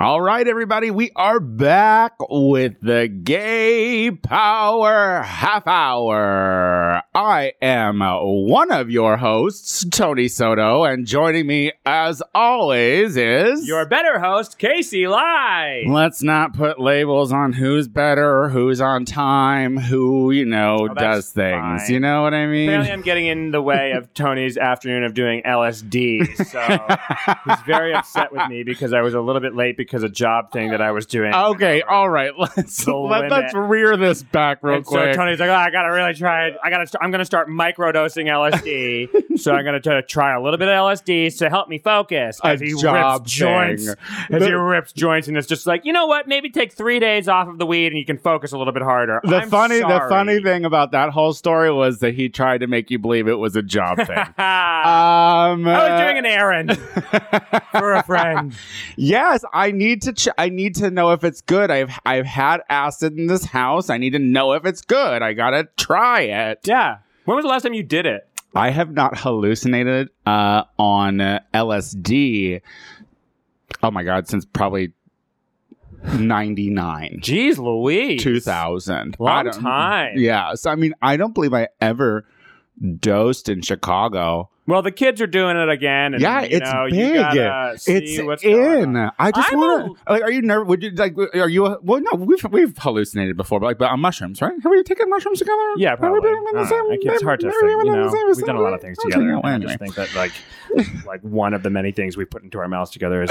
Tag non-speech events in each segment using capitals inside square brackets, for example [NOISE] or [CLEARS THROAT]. All right, everybody, we are back with the Gay Power Half Hour. I am one of your hosts, Tony Soto, and joining me, as always, is Your better host, Casey Lai. Let's not put labels on who's better, who's on time, who you know Oh, that's does things. fine. You know what I Apparently, mean? I'm getting in the way of Tony's afternoon of doing LSD. So he's very upset with me because I was a little bit late because a job thing that I was doing. Okay, all right. [LAUGHS] Let's The let, let's limit. rear this back real and quick. so Tony's like, oh, I gotta really try it. I gotta. St- I'm gonna start microdosing LSD. so I'm gonna try to try a little bit of LSD to help me focus. A As he job rips thing. joints, as The- he rips joints, and it's just like, you know what? Maybe take three days off of the weed, and you can focus a little bit harder. the I'm funny the sorry. funny thing about that whole story was that he tried to make you believe it was a [LAUGHS] job thing. um, I Uh, was doing [LAUGHS] an errand for a friend. Yes, I need to. Ch- I need to know if it's good. I've I've had acid in this house. I need to know if it's good. I gotta try it. Yeah. When was the last time you did it? I have not hallucinated uh, on uh, LSD. Oh my god, since probably ninety nine, Jeez Louise. two thousand, Long time. Yeah, so I mean, I don't believe I ever dosed in Chicago. Well, the kids are doing it again. And, Yeah, you it's know, big. You gotta see it's what's in. going on. I just I'm want to. Like, are you nervous? Would you like? Are you? A, well, no, we've we've hallucinated before, but like, but on mushrooms, right? Have we taken mushrooms together? Yeah, Have we probably. been in the Uh, same- like, it's hard to maybe think. we've You been in the know, same we've done a lot of things vicinity? together. I don't and I know, just anyway. think that like, like one of the many things we put into our mouths [LAUGHS] together is,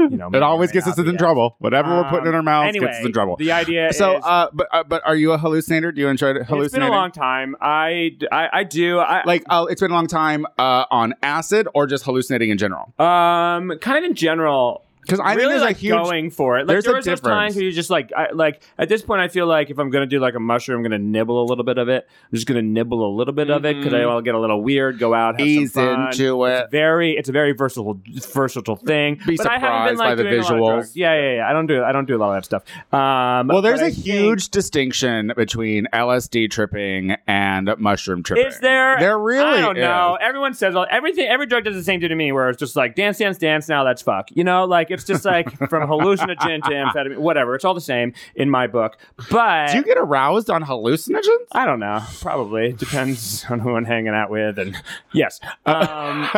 you know, It always gets us in trouble. Whatever we're putting in our mouths anyway, gets us in trouble. The idea. So, is, uh, but uh, but are you a hallucinator? Do you enjoy hallucinating? it's been a long time. I I, I do. I, like uh, it's been a long time uh, on acid or just hallucinating in general. um, kind of in general, Because I really think there's like a huge going for it. Like there's there a was those times difference. where you just like I, like at this point I feel like if I'm gonna do like a mushroom, I'm gonna nibble a little bit of it. I'm just gonna nibble a little bit of it because I Mhm. will get a little weird. Go out, have ease some fun. into it. It's very, it's a very versatile, versatile thing. Be but I haven't been surprised by like the doing a lot of visuals. drugs. Yeah, yeah, yeah. I don't do, I don't do a lot of that stuff. Um, Well, there's but a I think- huge distinction between LSD tripping and mushroom tripping. Is there? There really I don't is. know. Everyone says all- everything. Every drug does the same thing to me, where it's just like dance, dance, dance. Now that's fuck. You know, like it's [LAUGHS] just like from hallucinogen to amphetamine, whatever. It's all the same in my book. But Do you get aroused on hallucinogens? I don't know. Probably depends [LAUGHS] on who I'm hanging out with, and yes. [LAUGHS] Um,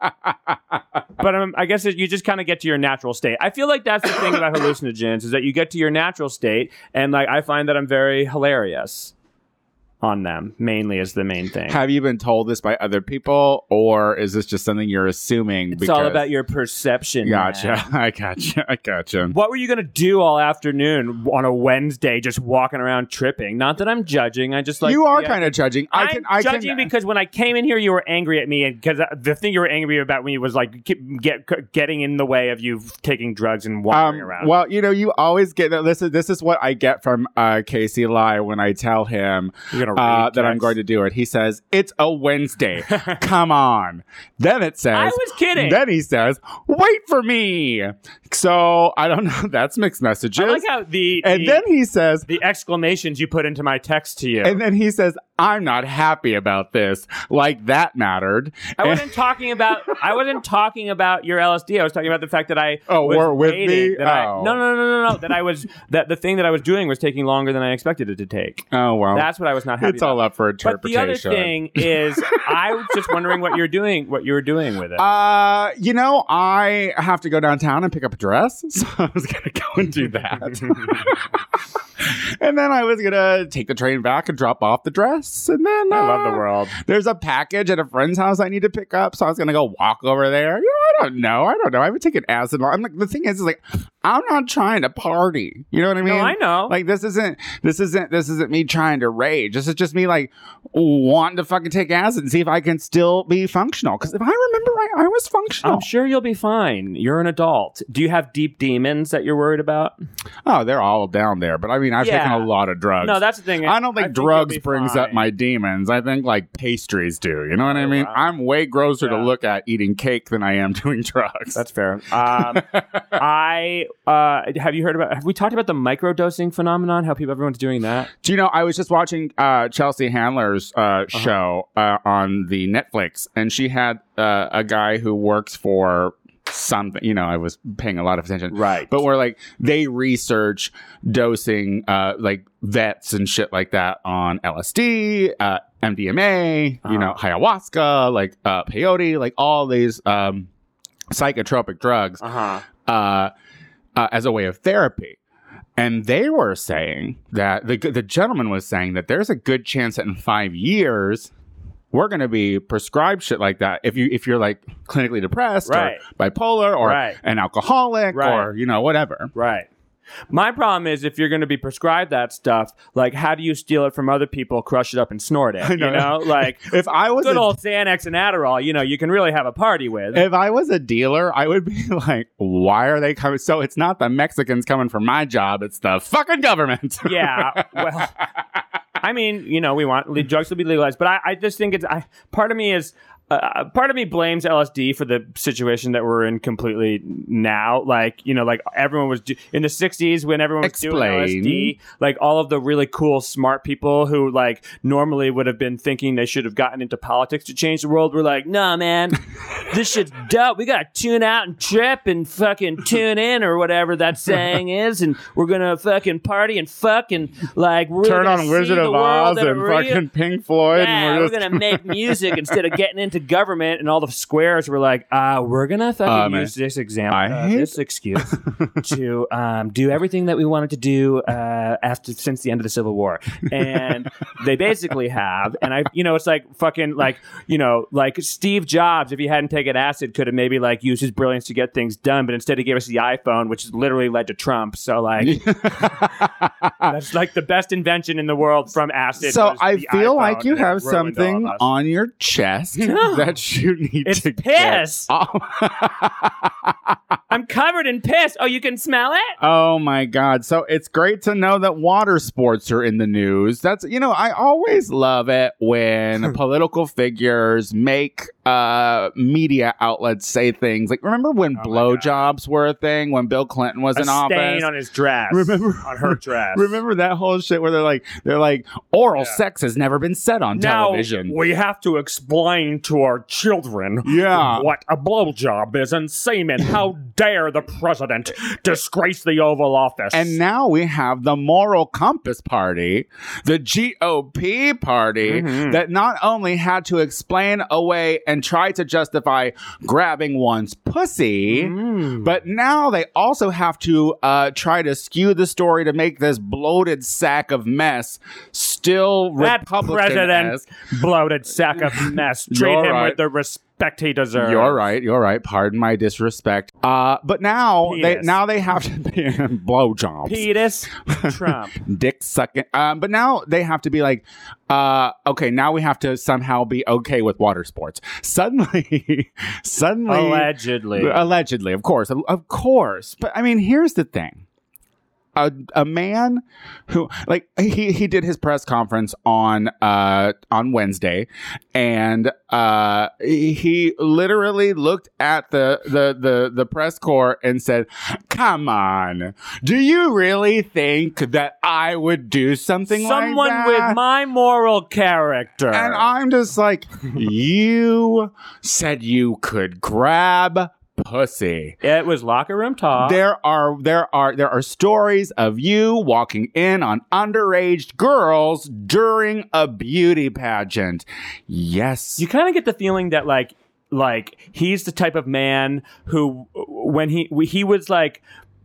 but um, I guess it, you just kind of get to your natural state. I feel like that's the thing about hallucinogens is that you get to your natural state, and like I find that I'm very hilarious on them. Mainly is the main thing. Have you been told this by other people, or is this just something you're assuming? It's all about your perception. Gotcha. [LAUGHS] man. I gotcha. I gotcha. What were you going to do all afternoon on a Wednesday just walking around tripping? Not that I'm judging. I just like you are yeah. kind of judging. I I'm can. I can. judging because when I came in here, you were angry at me, and because the thing you were angry about me was like get, get getting in the way of you taking drugs and wandering um, around. well, you know, you always get this. Is this is what I get from uh, Casey Lai when I tell him You're gonna uh, read that I'm text. going to do it. He says it's a [LAUGHS] Wednesday. Come on. Then it says I was kidding. Then he says, "Wait for me." So I don't know. [LAUGHS] That's mixed messages. I like how the and the, then he says, the exclamations you put into my text to you. and then he says, "I'm not happy about this." Like that mattered. I wasn't talking about I wasn't talking about your LSD. I was talking about the fact that I Oh, was were with waiting, me? That I, Oh. no, no, no, no, no. That I [LAUGHS] was that the thing that I was doing was taking longer than I expected it to take. Oh well, That's what I was not happy. it's about. all up for But the interpretation. other thing [LAUGHS] is, I was just wondering what you're doing, what you were doing with it. [LAUGHS] uh, you know, I have to go downtown and pick up a dress, [LAUGHS] so I was gonna go and do that. and then I was gonna take the train back and drop off the dress, and then I love uh, the world. there's a package at a friend's house I need to pick up, so I was gonna go walk over there. You know, I don't know. I don't know. I haven't taken acid. long- I'm like the thing is, is like I'm not trying to party. You know what I mean? no, I know. Like this isn't this isn't this isn't me trying to rage. This is just me like wanting to fucking take acid and see if I can still be functional. Because if I remember right, I was functional. I'm sure you'll be fine. You're an adult. Do you have deep demons that you're worried about? oh, they're all down there. But I mean, I've Yeah. taken a lot of drugs. No, that's the thing. I don't think you'll drugs be brings up fine. my demons. I think like pastries do. You know what I Oh, mean? wow. I'm way grosser to Yeah. look at eating cake than I am [LAUGHS] doing drugs. That's fair. [LAUGHS] Um, I uh, have you heard about? Have we talked about the microdosing phenomenon? How people, everyone's doing that. do you know? I was just watching uh, Chelsea Handler's uh, Uh-huh. show uh, on the Netflix, and she had uh, a guy who works for something. You know, I was paying a lot of attention. Right. But where like they research dosing, uh, like vets and shit like that on LSD, uh, MDMA, you know, ayahuasca, like uh, peyote, like all these um, psychotropic drugs Uh huh. uh, uh, as a way of therapy. And they were saying that the, the gentleman was saying that there's a good chance that in five years we're going to be prescribed shit like that if you if you're like clinically depressed Right. or bipolar or Right. an alcoholic Right. or you know whatever. Right. My problem is if you're going to be prescribed that stuff, like how do you steal it from other people, crush it up, and snort it? You know, [LAUGHS] like If I was good a, old Xanax and Adderall. You know, you can really have a party with. if I was a dealer, I would be [LAUGHS] like, why are they coming? So it's not the Mexicans coming for my job; it's the fucking government. [LAUGHS] yeah. Well, I mean, you know, we want le- drugs to be legalized, but I, I just think it's I, part of me is. Uh, part of me blames LSD for the situation that we're in completely now. Like, you know, like everyone was do- in the 60s when everyone was Explain. doing LSD, like all of the really cool, smart people who, like, normally would have been thinking they should have gotten into politics to change the world were like, nah, man, this shit's dope. We gotta tune out and trip and fucking tune in or whatever [LAUGHS] that saying is, and we're gonna fucking party and fuck and like [LAUGHS] really Turn gonna on see Wizard the of Oz world at a and real- fucking Pink Floyd, Yeah, and we're we're just [LAUGHS] gonna make music instead of getting into government. And all the squares were like, uh, we're gonna Uh, fucking man. use this example, I uh, hate- this [LAUGHS] excuse to um, do everything that we wanted to do uh, after since the end of the Civil War. And they basically have. And I, you know, it's like fucking like you know, like Steve Jobs, if he hadn't taken acid, could have maybe like used his brilliance to get things done. But instead, he gave us the iPhone, which literally led to Trump. So [LAUGHS] like. That's like the best invention in the world from acid. So was I the feel iPhone, like you and it have ruined all of something us. on your chest [LAUGHS] [LAUGHS] No. that you [LAUGHS] need It's to piss. Get off. I'm covered in piss. Oh, you can smell it? oh my god! So it's great to know that water sports are in the news. That's you know I always love it [LAUGHS] when political figures make uh, media outlets say things like remember when Oh my God. blowjobs were a thing when Bill Clinton was a in stain office. on his dress. Remember- on her dress. [LAUGHS] Remember that whole shit where they're like they're like oral Yeah. sex has never been said on now television. we have to explain to our children Yeah. what a blowjob is and semen. How [LAUGHS] dare the president disgrace the Oval Office? And now we have the moral compass party, the GOP party, Mhm. that not only had to explain away and try to justify grabbing one's pussy, Mm. but now they also have to uh, try to skew the story to make this bloated sack of mess still that Republican. president, bloated sack [LAUGHS] of mess, treat You're him right. with the respect he deserves. You're right. You're right. Pardon my disrespect. Uh, but now they Penis. now they have to be [LAUGHS] blowjobs. [LAUGHS] Penis Trump. dick sucking. Um, but now they have to be like, uh, okay, now we have to somehow be okay with water sports. Suddenly, [LAUGHS] suddenly, Oh, Allegedly. allegedly, of course, of course. But I mean, here's the thing. A, a man who like he he did his press conference on uh on Wednesday and uh he literally looked at the the the the press corps and said come on do you really think that I would do something like Someone that? with my moral character. And I'm just like, [LAUGHS] you said you could grab pussy. it was locker room talk. There are there are there are stories of you walking in on underage girls during a beauty pageant. Yes. you kind of get the feeling that like like he's the type of man who when he he was like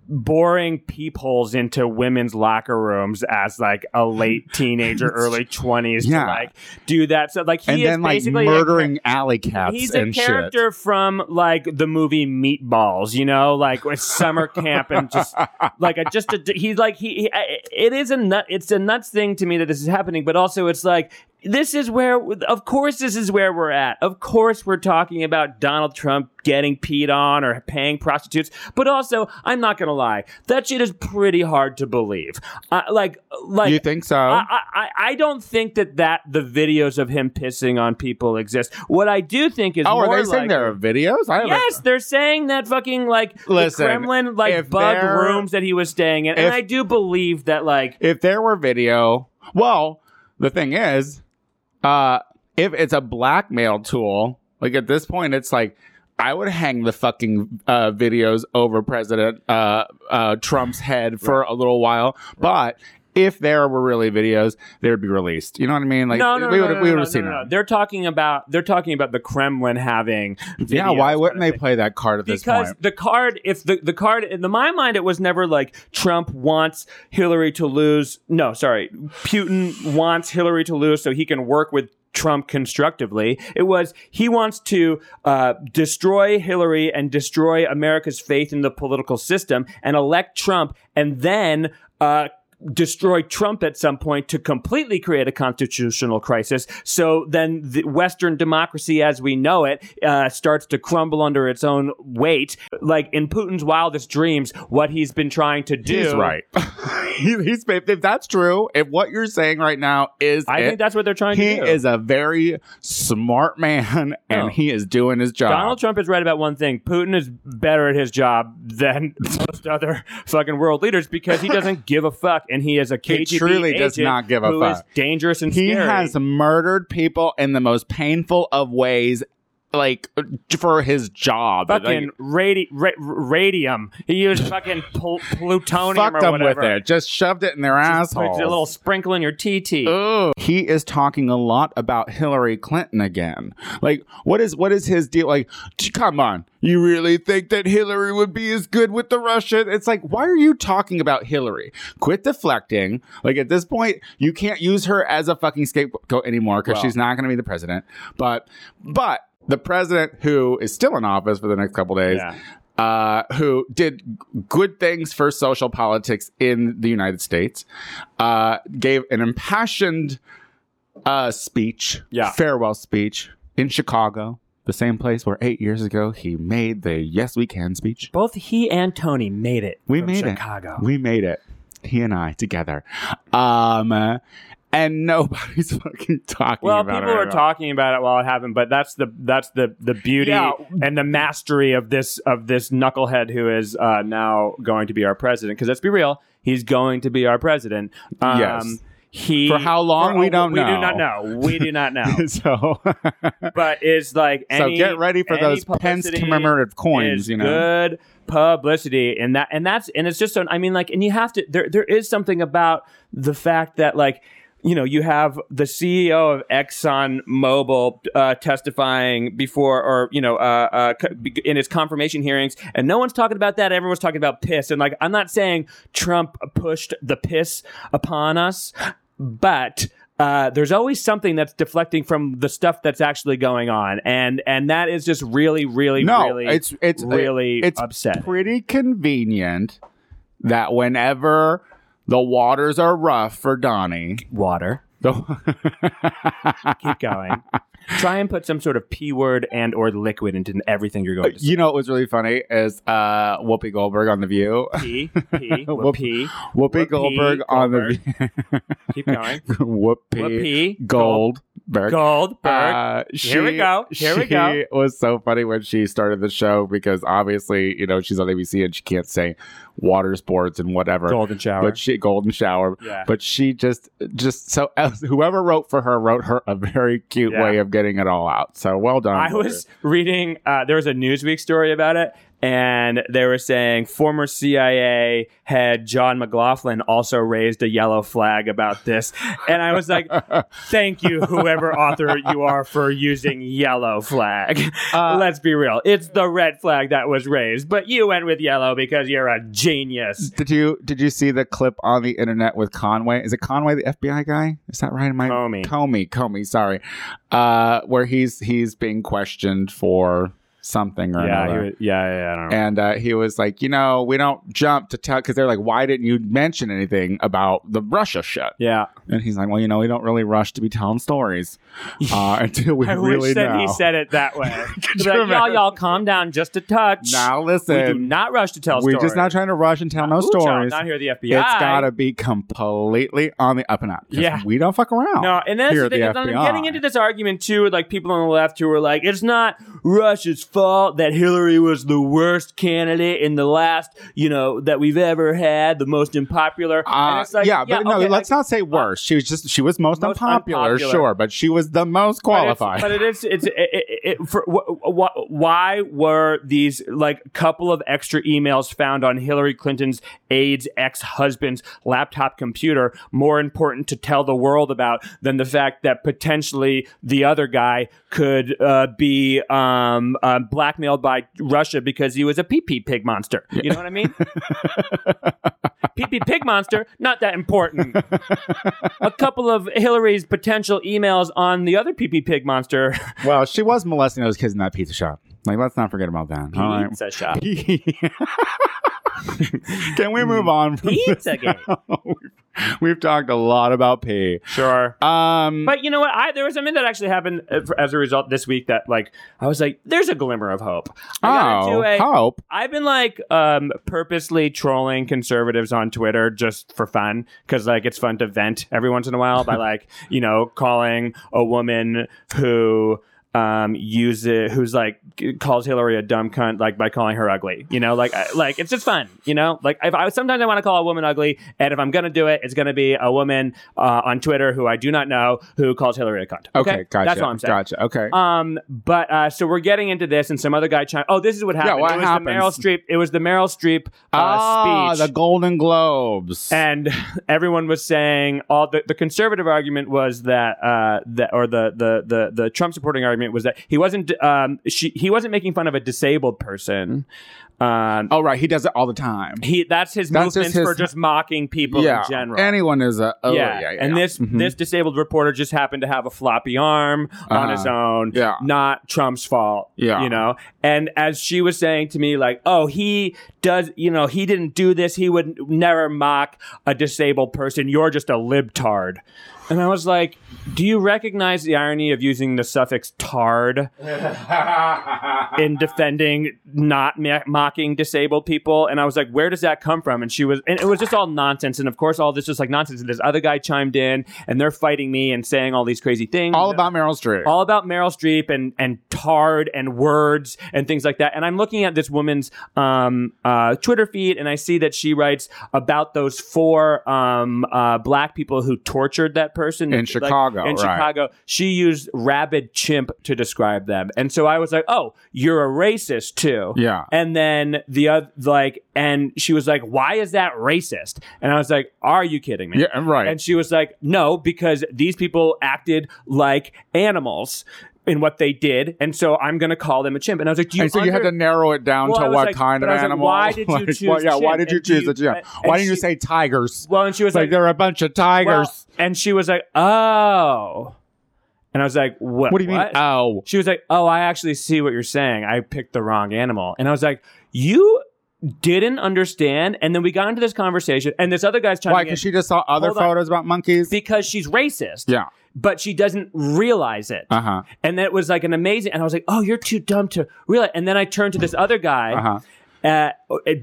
boring peepholes into women's locker rooms as like a late [LAUGHS] teenager early 20s Yeah. to like do that so like he and is then like basically a murdering alley cats He's a and shit. character from like the movie Meatballs, you know, like with summer camp and [LAUGHS] just like a, just a, he's like he, he I- it is a nut it's a nuts thing to me that this is happening, but also it's like this is where of course this is where we're at. Of course we're talking about Donald Trump getting peed on or paying prostitutes, but also I'm not gonna lie, that shit is pretty hard to believe. Uh, like like uh, you think so? I, I, I don't think that, that the videos of him pissing on people exist. What I do think is oh, more are they like, saying there are videos? I haven't- Yes, they're saying that fucking like the Listen, Kremlin if like bug they're- rooms that he was staying in, if- and I do believe that like if there were video, well, the thing is, uh, if it's a blackmail tool, like at this point, it's like, I would hang the fucking uh, videos over President uh, uh, Trump's head for a little while, but. If there were really videos, they would be released. You know what I mean? Like no, no, we no, would no, we no, would no, have seen no, no. it. They're talking about they're talking about the Kremlin having. Yeah, videos why kinda wouldn't they thing. play that card at this because point? the card if the, the card in my mind it was never like trump wants hillary to lose no sorry putin wants hillary to lose so he can work with trump constructively it was he wants to uh, destroy hillary and destroy america's faith in the political system and elect trump and then uh, destroy Trump at some point to completely create a constitutional crisis. So then the Western democracy as we know it uh, starts to crumble under its own weight. Like in Putin's wildest dreams, what he's been trying to do. He's right. [LAUGHS] He- he's if that's true, if what you're saying right now is I it, think that's what they're trying Eh, he to do. is a very smart man and No. he is doing his job. Donald Trump is right about one thing. Putin is better at his job than [LAUGHS] most other fucking world leaders because [LAUGHS] he doesn't give a fuck, and he is a KGB truly does agent not give a who is fuck. dangerous and he scary. has murdered people in the most painful of ways, like for his job. fucking radi- ra- radium. [LAUGHS] He used fucking pl- plutonium like, fucked or them whatever. with it. Just shoved it in their Puts a little assholes. sprinkle in your TT. Ugh. He is talking a lot about Hillary Clinton again. Like, what is what is his deal? Like, t- come on, you really think that Hillary would be as good with the Russian? It's like, why are you talking about Hillary? Quit deflecting. Like at this point, you can't use her as a fucking scapegoat anymore because Well. she's not going to be the president. But but the president who is still in office for the next couple days Yeah. uh, who did g- good things for social politics in the United States, uh, gave an impassioned uh, speech, Yeah. farewell speech in Chicago, the same place where eight years ago he made the Yes We Can speech. Both he and Tony made it. We from made Chicago. it. We made it. He and I together. Um, uh, and nobody's [LAUGHS] fucking talking Well, about people it were at all. talking about it while it happened, but that's the that's the the beauty Yeah. and the mastery of this of this knucklehead who is uh, now going to be our president. Because let's be real, he's going to be our president. Um, Yes. He For how long? for- We don't we know. do not know. We [LAUGHS] do not know. [LAUGHS] so, but is like any, so get ready for any those Pence publicity commemorative coins. is You know, good publicity and that and that's and it's just so I mean like and you have to there there is something about the fact that like you know you have the CEO of Exxon Mobil uh, testifying before or you know uh, uh, co- be- in his confirmation hearings and no one's talking about that everyone's talking about piss and like I'm not saying Trump pushed the piss upon us but uh, there's always something that's deflecting from the stuff that's actually going on, and and that is just really, really, no, really, it's it's uh, really it's upset. pretty convenient that whenever the waters are rough for Donnie, Water. the [LAUGHS] Keep going. Try and put some sort of p word and or liquid into everything you're going to say. Uh, you know what was really funny is uh, Whoopi Goldberg on the View. [LAUGHS] P, P, Uh, Whoop. whoop-pee. Whoopi Whoopi Goldberg, on the View. [LAUGHS] Keep going. Whoopi, Whoopee. Goldberg. Gold. Bird. Uh, Here we she- go. Here we go. She was so funny when she started the show because obviously, you know, she's on ABC and she can't say water sports and whatever. Golden shower. But she golden shower. yeah. but she just just so whoever wrote for her wrote her a very cute Yeah. way of getting it all out so well done I was reading. Uh, there was a Newsweek story about it, and they were saying former CIA head John McLaughlin also raised a yellow flag about this, and I [LAUGHS] was like, Uh, [LAUGHS] "Thank you, whoever author you are, for using yellow flag." Uh, Let's be real; it's the red flag that was raised, but you went with yellow because you're a genius. did you did you see the clip on the internet with conway is it conway the fbi guy is that right my Comey. comey comey sorry uh where he's he's being questioned for something or Yeah, another he was- yeah, yeah, yeah, I don't know. and uh, he was like, you know, we don't jump to tell because they're like, why didn't you mention anything about the Russia shit? yeah. And he's like, well, you know, we don't really rush to be telling [LAUGHS] stories uh, [LAUGHS] until we I really wish that know. he said it [LAUGHS] that way. He's you like, y'all, imagine? y'all, calm down just a touch. Now we do listen, not rush to tell we're stories. just not trying to rush and tell no Ooh, child, stories. Not here, at the FBI. It's gotta be completely on the up and up. 'cause Yeah. we don't fuck around. No, and that's Here the at the thing. is I'm FBI. getting into this argument too with like people on the left who are like, it's not Russia's fault that Hillary was the worst candidate in the last, you know, that we've ever had, the most unpopular. And Uh, it's like, yeah, but no, okay, let's not say worse. She was just she was most, Most unpopular, unpopular. sure, but she was the most qualified. But, it's, but it is. It's it, it, it, for, wh- wh- why were these like couple of extra emails found on Hillary Clinton's aide's ex-husband's laptop computer more important to tell the world about than the fact that potentially the other guy could uh, be um, uh, blackmailed by Russia because he was a pee pee pig monster? You know what I mean? pee pee pig monster, not that important a couple of Hillary's potential emails on the other PP Pig monster well, she was molesting those kids in that pizza shop. Like, let's not forget about that. All right. [LAUGHS] pizza shop. Can we move on? From Pizza game. We've- [LAUGHS] We've talked a lot about pee. Sure. Um, But you know what? I there was something that actually happened uh, for- as a result this week that like I was like, there's a glimmer of hope. I got oh, into a- hope. I've been like um, purposely trolling conservatives on Twitter just for fun because like it's fun to vent every once in a [LAUGHS] while by like you know calling a woman who um uses who's like g- calls Hillary a dumb cunt like by calling her ugly you know like I, like it's just fun you know like if I sometimes I want to call a woman ugly and if I'm gonna do it it's gonna be a woman uh, on Twitter who I do not know who calls Hillary a cunt Okay, gotcha. that's what I'm saying Gotcha. Okay. um, but uh, so we're getting into this, and some other guy chimed. Oh, this is what happened. what it was happens? the Meryl Streep. It was the Meryl Streep uh, ah, speech. the Golden Globes. and everyone was saying all the, the conservative argument was that uh, that or the, the the the Trump supporting argument was that he wasn't um, she, he wasn't making fun of a disabled person. Um, oh, right. He does it all the time. he that's his That's just movements his- for just mocking people yeah. in general. Anyone is a. Oh, yeah. yeah, and this Mhm. this disabled reporter just happened to have a floppy arm on Uh-huh. his own. Yeah. not Trump's fault. Yeah. you know. And as she was saying to me, like, oh, he does. You know, he didn't do this. He would never mock a disabled person. You're just a libtard. And I was like, do you recognize the irony of using the suffix "tard"? in defending not ma- mocking disabled people and i was like where does that come from and she was and it was just all nonsense and of course all this was like nonsense and this other guy chimed in and they're fighting me and saying all these crazy [LAUGHS] things all about Meryl Streep. all about Meryl Streep and and tard and words and things like that. And I'm looking at this woman's um, uh, Twitter feed, and I see that she writes about those four um, uh, black people who tortured that person In Like, Chicago, In right. Chicago, she used "rabid chimp" to describe them, and so I was like, "Oh, you're a racist too." yeah. And then the other, like, and she was like, "Why is that racist?" And I was like, "Are you kidding me?" Yeah, right. And she was like, no, because these people acted like animals in what they did. And so I'm going to call them a chimp. And I was like, do you and so you had under- to narrow it down Well, I to was what like- kind but of I was like, animal. [LAUGHS] why did you choose well, yeah, why chimp? did you And do choose the you- chimp? and- Why and didn't you she- say tigers? Well, and she was like, like, there are a bunch of well- tigers. and she was like, oh. And I was like, what? what do you mean? Oh, She was like, oh, I actually see what you're saying. I picked the wrong animal. And I was like, you didn't understand. And then we got into this conversation, and this other guy's trying why? to. Because she just saw other Hold on. photos about monkeys. Because she's racist. Yeah. But she doesn't realize it. Uh huh. And then it was like an amazing, and I was like, oh, you're too dumb to realize. And then I turned to this other guy. Uh uh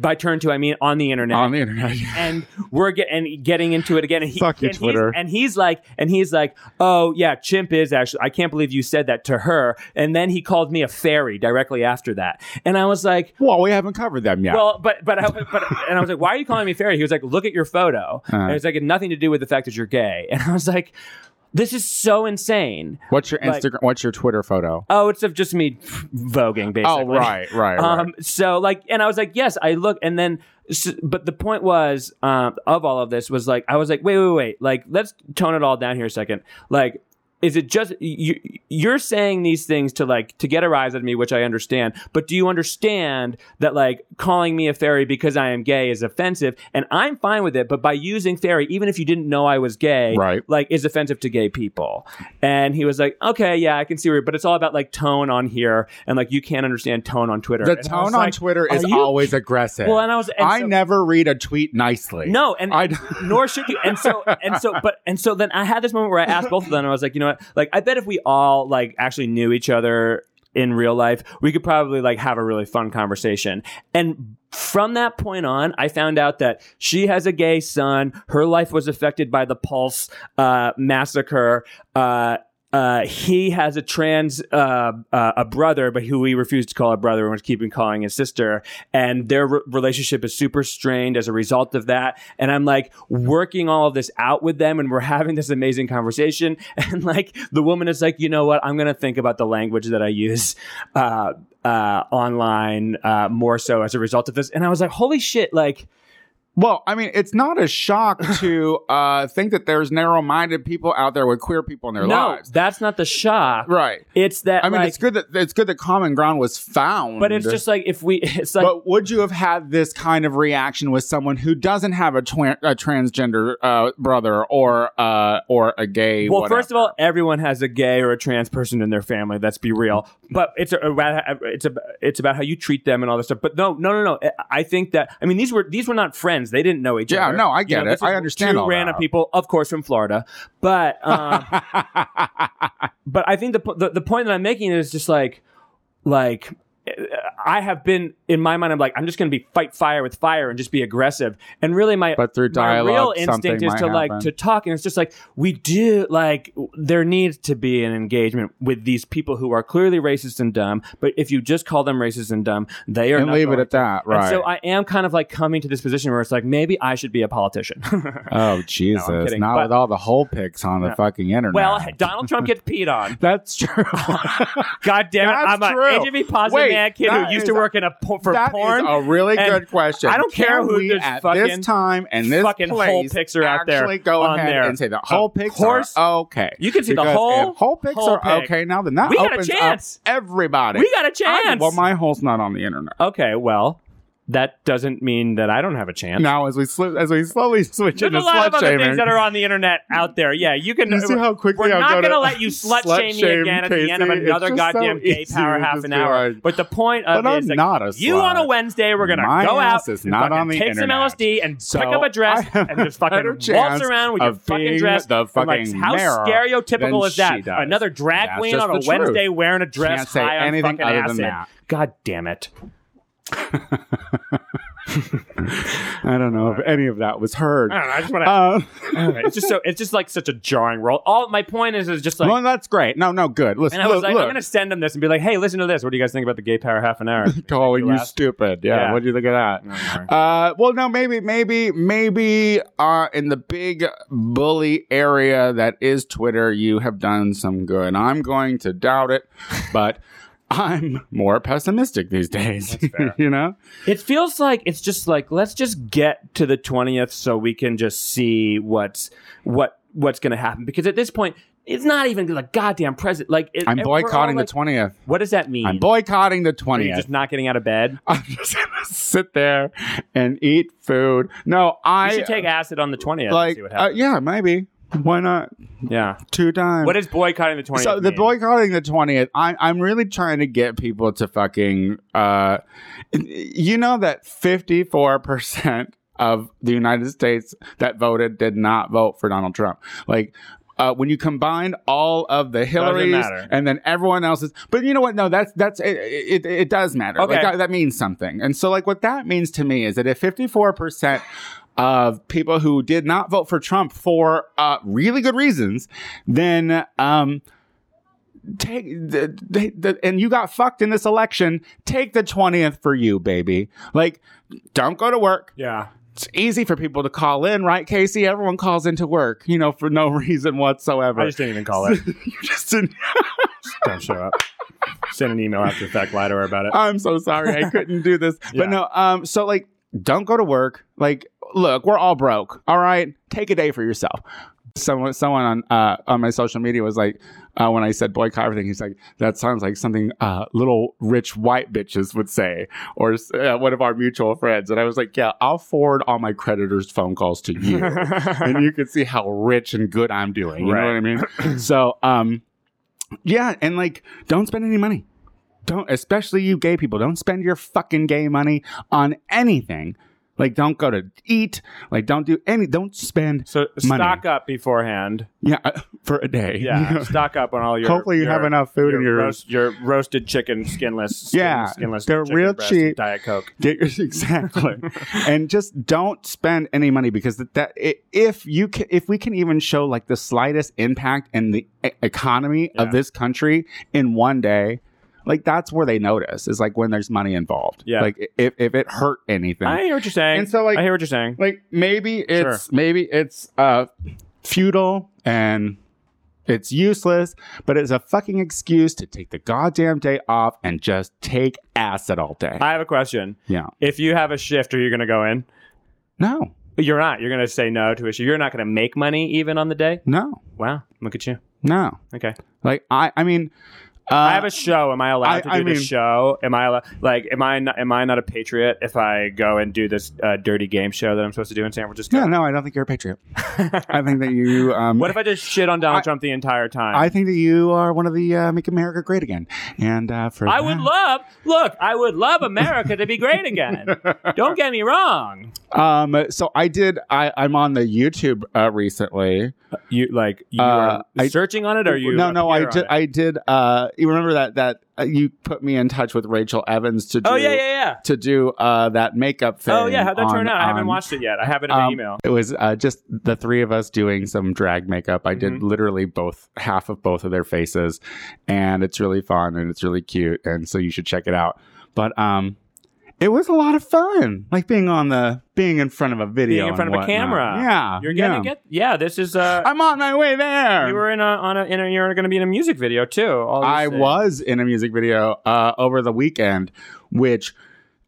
by turn to, I mean on the huh. internet. On the internet. [LAUGHS] and we're get, and getting into it again. And he, Fuck you, and he's- Twitter. and he's like, and he's like, oh yeah, chimp is actually. I can't believe you said that to her. And then he called me a fairy directly after that. And I was like, well, we haven't covered them yet. well, but but I, but and I was like, why are you calling me fairy? He was like, look at your photo. Uh-huh. And it's like it had nothing to do with the fact that you're gay. And I was like, this is so insane. what's your like- Instagram? what's your Twitter photo? Oh, it's of just me voguing, basically. Oh, right, right, right. Um, so like, and I was like, yes, I look, and then, s but the point was, um, of all of this was like, I was like, wait, wait, wait, like, let's tone it all down here a second. Like, is it just you? You're saying these things to like to get a rise out of me, which I understand. But do you understand that like calling me a fairy because I am gay is offensive, and I'm fine with it. But by using fairy, even if you didn't know I was gay, Right. like is offensive to gay people. And he was like, okay, yeah, I can see where, but it's all about like tone on here, and like you can't understand tone on Twitter. the And I tone on was like, Twitter is are you- always aggressive. Well, and I was, and I so- never read a tweet nicely. no, and I- nor should you. [LAUGHS] And so, and so, but, and so then I had this moment where I asked both of them, and I was like, you know what? Like, I bet if we all like actually knew each other in real life, we could probably like have a really fun conversation. And from that point on, I found out that she has a gay son. Her life was affected by the Pulse uh, massacre. Uh, uh, he has a trans uh, uh, a brother, but who he refused to call a brother and was keeping calling his sister. And their re- relationship is super strained as a result of that. And I'm like working all of this out with them, and we're [LAUGHS] having this amazing conversation. [LAUGHS] And like the woman is like, you know what? I'm gonna think about the language that I use. Uh, uh, online uh, more so as a result of this, and I was like, "Holy shit!" Like, Well, I mean, it's not a [LAUGHS] shock to uh, think that there's narrow-minded people out there with queer people in their no, lives, that's not the shock. right? It's that. I mean, like- it's good that it's good that common ground was found, But it's just like if we, [LAUGHS] it's like but would you have had this kind of reaction with someone who doesn't have a, twa- a transgender uh, brother or uh, or a gay? Well, whatever? first of all, everyone has a gay or a trans person in their family. Let's be real. But it's a, about it's a, it's about how you treat them and all this stuff. But no, no, no, no. I- I think that I mean these were these were not friends. They didn't know each Yeah, other. no, I get it. this is I understand Two all random that. people, of course, from Florida. But [LAUGHS] um, but I think the, po- the the point that I'm making is just like like I have been in my mind. I'm like I'm just going to be fight fire with fire and just be aggressive. And really, my [LAUGHS] But through my real dialogue, something instinct is might to like happen. to talk, and it's just like we do. Like w- there needs to be an engagement with these people who are clearly racist and dumb. But if you just call them racist and dumb, they are and not leave it going at that, to. And right? so I am kind of like coming to this position where it's like maybe I should be a politician. [LAUGHS] oh Jesus! kidding, not but- with all the whole pics on the No. fucking internet. well, [LAUGHS] Donald Trump gets peed on. that's [LAUGHS] true. God damn it! That's I'm an true. HIV positive Wait, man kid that who used to is- work in a po- for That is porn. a really and good question. I don't Can care who we this at this fucking- time and this fucking whole place pics are out there actually go on ahead there. and say the whole Of pics course. are okay. You can see the Because whole- if whole pics whole are pic. okay now. Then that We got a opens chance. up everybody. we got a I- chance. well, my hole's not on the internet. okay, well, that doesn't mean that I don't have a chance. Now, as we sl- as we slowly [LAUGHS] switch There's into a lot of slut other shaming, things that are on the internet out there. Yeah, you can. you see how quickly we're I'm not gonna, going to let you slut, shame me shame again at Casey. the end of It's another just goddamn so gay easy power to half just an be hour. like, but the point of But it I'm is like, not a you on a slut. Wednesday, we're going to My go ass out, is and not fucking on the take internet. some LSD, and So pick up a I dress, have and just better fucking waltz chance around with your of fucking being dress. the I'm like, fucking how mirror stereotypical than is that? she does. Another drag That's queen just on a the truth. Wednesday wearing a dress Can't say high on anything fucking other acid. than that. God damn it. I don't know if any of that was heard. I don't know. I just want to. Um, [LAUGHS] it's just so. It's just like such a jarring role. All my point is, is just like. well, that's great. No, no, good. Listen, and I was look, like, look. I'm gonna send him this and be like, "Hey, listen to this. What do you guys think about the gay power half [LAUGHS] an hour?" calling you laugh. stupid. Yeah, Yeah. what do you think of that? Uh, well, no, maybe, maybe, maybe uh, in the big bully area that is Twitter, you have done some good. I'm going to doubt it, [LAUGHS] but I'm more pessimistic these days. fair. [LAUGHS] you know, It feels like it's just like let's just get to the twentieth so we can just see what's what what's gonna happen because at this point it's not even the goddamn president. Like it, I'm and we're all boycotting like, the twentieth. What does that mean? I'm boycotting the Are you twentieth. just not getting out of bed? [LAUGHS] I'm just gonna sit there and eat food. No, You I uh, should take acid on the twentieth. like, see what uh, happens. yeah, maybe. Why not yeah. two times? What is boycotting the twentieth? so the boycotting the 20th I, i'm really trying to get people to fucking uh you know that 54% of the united states that voted did not vote for donald trump like uh, when you combine all of the Hillary's matter. and then everyone else's, but you know what? No, that's that's it. It, it does matter. Okay. Like that, that means something. And so, like, what that means to me is that if fifty four percent of people who did not vote for Trump for uh, really good reasons, then um, take the, the, the and you got fucked in this election. Take the twentieth for you, baby. Like, don't go to work. Yeah. It's easy for people to call in, right, Casey? Everyone calls into work, you know, for no [LAUGHS] reason whatsoever. I just didn't even call [LAUGHS] it. you just didn't- Don't show up. Send an email after the fact, lie to her about it. [LAUGHS] I'm so sorry, I couldn't do this. Yeah. But no, um, so like, don't go to work. Like, look, we're all broke. All right, take a day for yourself. Someone, someone on uh, on my social media was like, uh, when I said boycott everything, he's like, that sounds like something uh, little rich white bitches would say, or uh, one of our mutual friends. And I was like, yeah, I'll forward all my creditors' phone calls to you. and you can see how rich and good I'm doing. You Right. [CLEARS THROAT] know what I mean? So, um, yeah, and like, don't spend any money. Don't, especially you gay people, don't spend your fucking gay money on anything Like, don't go to eat. Like, don't do any. Don't spend. [LAUGHS] So Money. stock up beforehand. Yeah, [LAUGHS] uh, for a day. [LAUGHS] Yeah, stock up on all your. Hopefully, you your- have enough food in your. roast- your roasted chicken, skinless. skin- Yeah, skinless. they're chicken real breast, cheap. Diet Coke. Get your [LAUGHS] exactly, and just don't spend any money because that, that i- if you can, if we can even show like the slightest impact in the e- economy Yeah. of this country in one day, like that's where they notice is like when there's money involved. Yeah. like i- if if it hurt anything, I hear what you're saying. And so, like- I hear what you're saying. like maybe it's maybe it's uh futile and it's useless, but it's a fucking excuse to take the goddamn day off and just take acid all day. I have a question. yeah, If you have a shift, are you going to go in? no, You're not. You're going to say no to it. You're not going to make money even on the day. no, Wow, look at you. no. Okay. Like I, I mean, uh, I have a show. Am I allowed I- to do I this mean- show? Am I allo- like am I not, am I not a patriot if I go and do this uh, dirty game show that I'm supposed to do in San Francisco? yeah, no, I don't think you're a patriot. I think that you, um, [LAUGHS] What if I just shit on Donald I- Trump the entire time? I think that you are one of the uh, make America great again. And uh, for I would that- love, look, I would love America to be great again. [LAUGHS] Don't get me wrong. um, so I did. I, I'm on the YouTube uh, recently. You like you Uh, are I- searching on it, or you? no, no, I appear on did. it? I did. Uh, you remember that that uh, you put me in touch with Rachel Evans to do oh yeah, yeah, yeah. to do uh, that makeup thing. Oh yeah, how'd that on- turn out? I haven't on- watched it yet. I have it in the um, email. It was uh, just the three of us doing some drag makeup. I did Mhm. literally both half of both of their faces, and it's really fun and it's really cute, and so you should check it out. But um, it was a lot of fun, like being on the being in front of a video, Being in and front of a whatnot. camera. Yeah, You're yeah. gonna get. Yeah, this is. uh I'm on my way there. You were in a on a, in a you're gonna be in a music video too. all these I things. was in a music video uh, over the weekend, which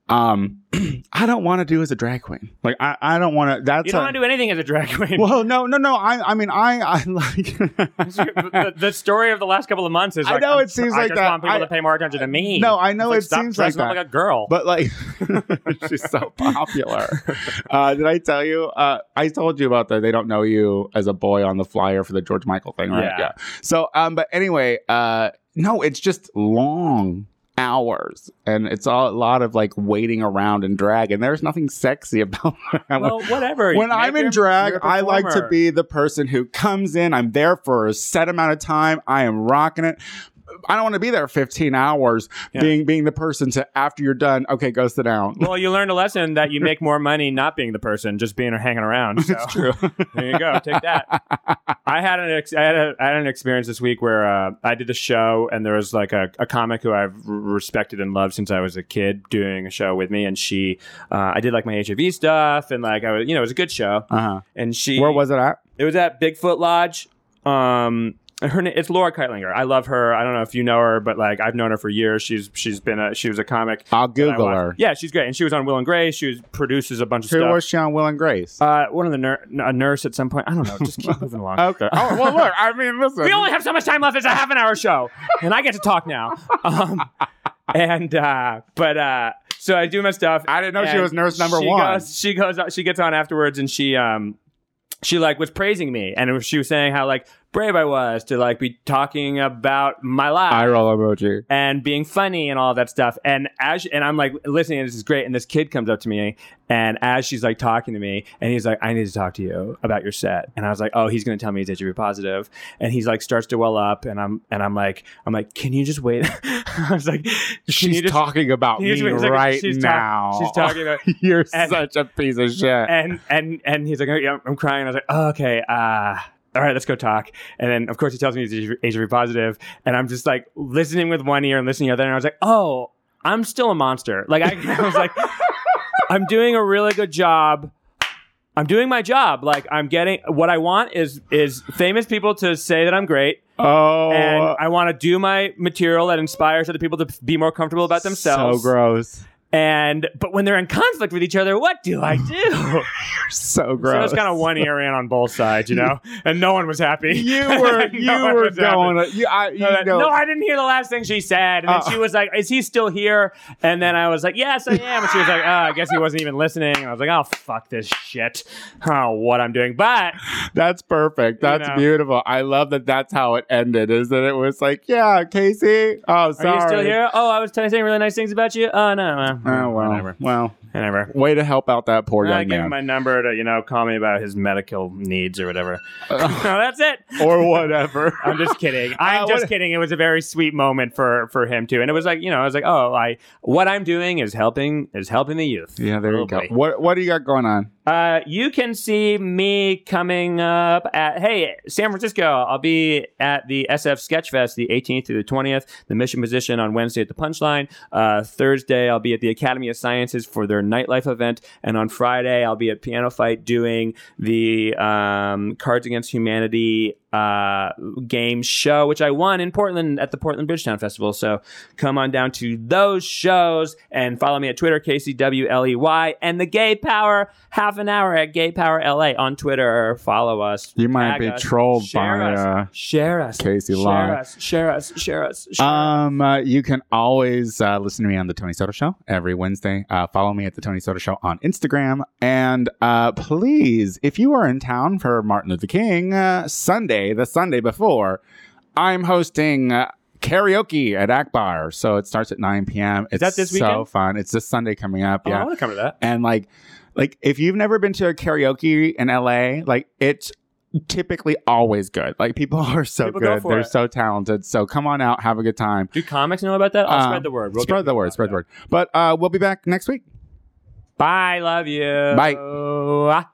um, [CLEARS THROAT] I don't want to do as a drag queen. Like I, I don't want to. That's You don't a- want to do anything as a drag [LAUGHS] queen. well, no, no, no. I, I mean, I, I [LAUGHS] like. the, the story of the last couple of months is. I Like, know I'm- it seems I like just that. want people I- to pay more attention to me. no, I know It's it like, seems stop like dressing up that. like a girl. but [LAUGHS] like, [LAUGHS] she's so popular. Uh, did I tell you? Uh, I told you about the they don't know you as a boy on the flyer for the George Michael thing, right? Yeah. So, um, but anyway, uh, no, it's just long hours, and it's all, a lot of like waiting around and drag, and there's nothing sexy about [LAUGHS] that. well, whatever. when Make I'm in your- drag, you're a I like to performer. be the person who comes in. I'm there for a set amount of time. I am rocking it. I don't want to be there 15 hours Yeah. being being the person to after you're done. Okay, go sit down. Well, you learned a lesson that you make more money not being the person, just being or hanging around. [LAUGHS] So That's true. there you go. [LAUGHS] Take that. I had an ex- I had, a, I had an experience this week where uh, I did the show, and there was like a, a comic who I've r- respected and loved since I was a kid doing a show with me, and she uh, I did like my HIV stuff, and like I was you know it was a good show, Uh-huh. and she Where was it at? it was at Bigfoot Lodge. Um, her name it's Laura Keitlinger. I love her. I don't know if you know her, but like I've known her for years. She's she's been a she was a comic. I'll that I Google watched. her. Yeah, she's great, and she was on Will and Grace. She was, produces a bunch of Who stuff. was she on Will and Grace? uh, one of the nur- a nurse at some point. I don't know. [LAUGHS] Just keep moving along. Uh, okay. Oh well, look. I mean, listen. we only have so much time left. It's a half an hour show, and I get to talk [LAUGHS] now. Um, and uh, but uh, so I do my stuff. I didn't know she and was nurse number she one. Goes, she goes. uh, She gets on afterwards, and she um, she like was praising me, and it was- she was saying how like brave I was to like be talking about my life Eye roll emoji. and being funny and all that stuff. And as and I'm like listening, and this is great. And this kid comes up to me, and as she's like talking to me, and he's like, "I need to talk to you about your set." And I was like, "Oh, he's gonna tell me he's HIV positive." And he's like, starts to well up, and I'm and I'm like, I'm like, "Can you just wait?" [LAUGHS] I was like, "Can She's you just- talking about can you me just wait a second?" right She's talk- now. she's talking about [LAUGHS] You're And- such a piece of shit. and and and he's like, "Oh, yeah, I'm crying. I was like, oh, okay, uh, all right, let's go talk. And then of course he tells me he's HIV positive, and I'm just like listening with one ear and listening with the other, and I was like, oh, I'm still a monster. Like I, [LAUGHS] I was like, I'm doing a really good job. I'm doing my job. Like I'm getting what I want is is famous people to say that I'm great, oh, and I want to do my material that inspires other people to be more comfortable about themselves. So gross. And but when they're in conflict with each other, what do [LAUGHS] I do? So So gross. it's kind of [LAUGHS] one ear in on both sides, you know, and no one was happy. [LAUGHS] you were No you one were was happy. going. You, I, you No, that- know, No, I didn't hear the last thing she said. And then Uh. she was like, Is he still here? And then I was like, Yes, I am. And she was like, Oh, I guess he wasn't even listening. And I was like, Oh, fuck this shit. I don't know what I'm doing. But that's perfect. You That's know. beautiful. I love that. That's how it ended. Is that it was like, yeah, Casey. Oh, sorry. are you still here? Oh, I was t- saying really nice things about you. Oh, no. Oh well. Whatever. Well, Whatever. Way to help out that poor I young gave him man. my number to, you know, call me about his medical needs or whatever. Uh. [LAUGHS] no, that's it. [LAUGHS] or [LAUGHS] whatever. I'm just kidding. I'm Uh, just what- kidding. It was a very sweet moment for for him too, and it was like you know, I was like, oh, I what I'm doing is helping is helping the youth. yeah, there Oh, you go. boy. What What do you got going on? Uh, you can see me coming up at hey San Francisco. I'll be at the SF Sketchfest the 18th through the 20th. The Mission Position on Wednesday at the Punchline. Uh, Thursday I'll be at the Academy of Sciences for their nightlife event, and on Friday I'll be at Piano Fight doing the um, Cards Against Humanity uh, game show, which I won in Portland at the Portland Bridgetown Festival. So come on down to those shows and follow me at Twitter, KCWLEY, E and the Gay Power half an hour at Gay Power LA on Twitter. Follow us. You might Tag be us, trolled share by. us, Uh, share us. Casey share Lye. us. Share us. Share us. Share us. um, uh, you can always uh, listen to me on the Tony Soto Show every Wednesday. Uh, follow me at the Tony Soto Show on Instagram, and uh, please, if you are in town for Martin Luther King uh, Sunday, the Sunday before, I'm hosting. Uh, Karaoke at Akbar, so it starts at 9 p.m. It's that this so weekend? fun. It's this Sunday coming up. Oh, yeah, I want to come to that. And like, like if you've never been to a karaoke in LA, like it's typically always good. Like people [LAUGHS] are so People go good, for they're it. so talented. So come on out, have a good time. Do comics know about that? I'll Um, spread the word. We'll spread get the word, spread the word. But uh, we'll be back next week. Bye. Love you. Bye. Bye.